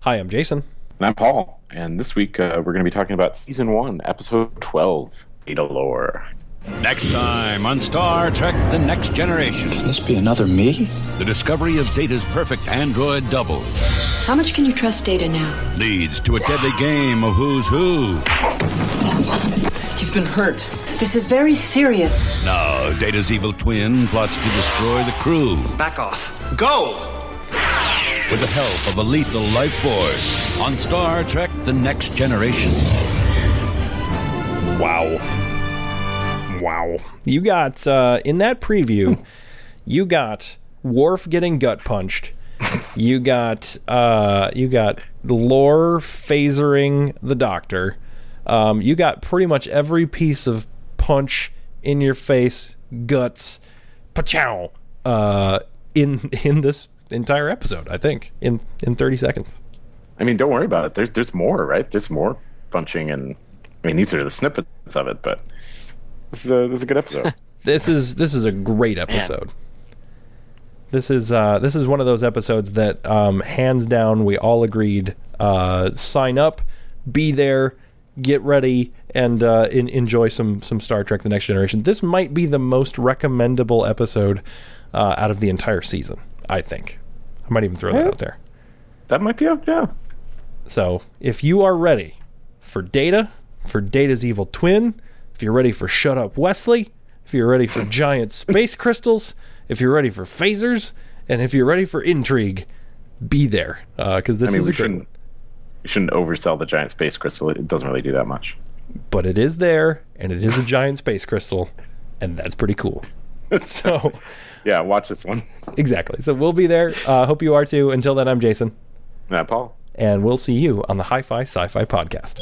Hi, I'm Jason. And I'm Paul. And this week uh, we're going to be talking about season one, episode 12, Data Lore. Next time on Star Trek The Next Generation, This be another me? the discovery of Data's perfect android double How much can you trust data now? leads to a deadly game of who's who. He's been hurt. This is very serious. Now, Data's evil twin plots to destroy the crew Back off. Go! with the help of a lethal life force on Star Trek The Next Generation. Wow. Wow. You got, uh, in that preview, you got Worf getting gut punched. You got, uh, you got Lore phasering the doctor. Um, you got pretty much every piece of punch in your face, guts, pachow, uh, in, in this entire episode, I think, in, in 30 seconds. I mean, don't worry about it. There's there's more, right? There's more punching, and I mean, these are the snippets of it, but this is a, this is a good episode. this is this is a great episode. This is uh, this is one of those episodes that um, hands down we all agreed uh, sign up, be there, get ready, and uh, en- enjoy some some Star Trek: The Next Generation. This might be the most recommendable episode uh, out of the entire season. I think I might even throw that out there. that might be up, yeah. So if you are ready for Data, for Data's evil twin, if you're ready for Shut Up Wesley, if you're ready for giant space crystals, if you're ready for phasers, and if you're ready for intrigue, be there because this I mean, is a we great one. shouldn't we shouldn't oversell the giant space crystal. It doesn't really do that much. But it is there, and it is a giant space crystal, and that's pretty cool. so Yeah, watch this one. exactly. So we'll be there. Uh, hope you are too. Until then, I'm Jason, Uh, Paul. and we'll see you on the Hi-Fi Sci-Fi podcast.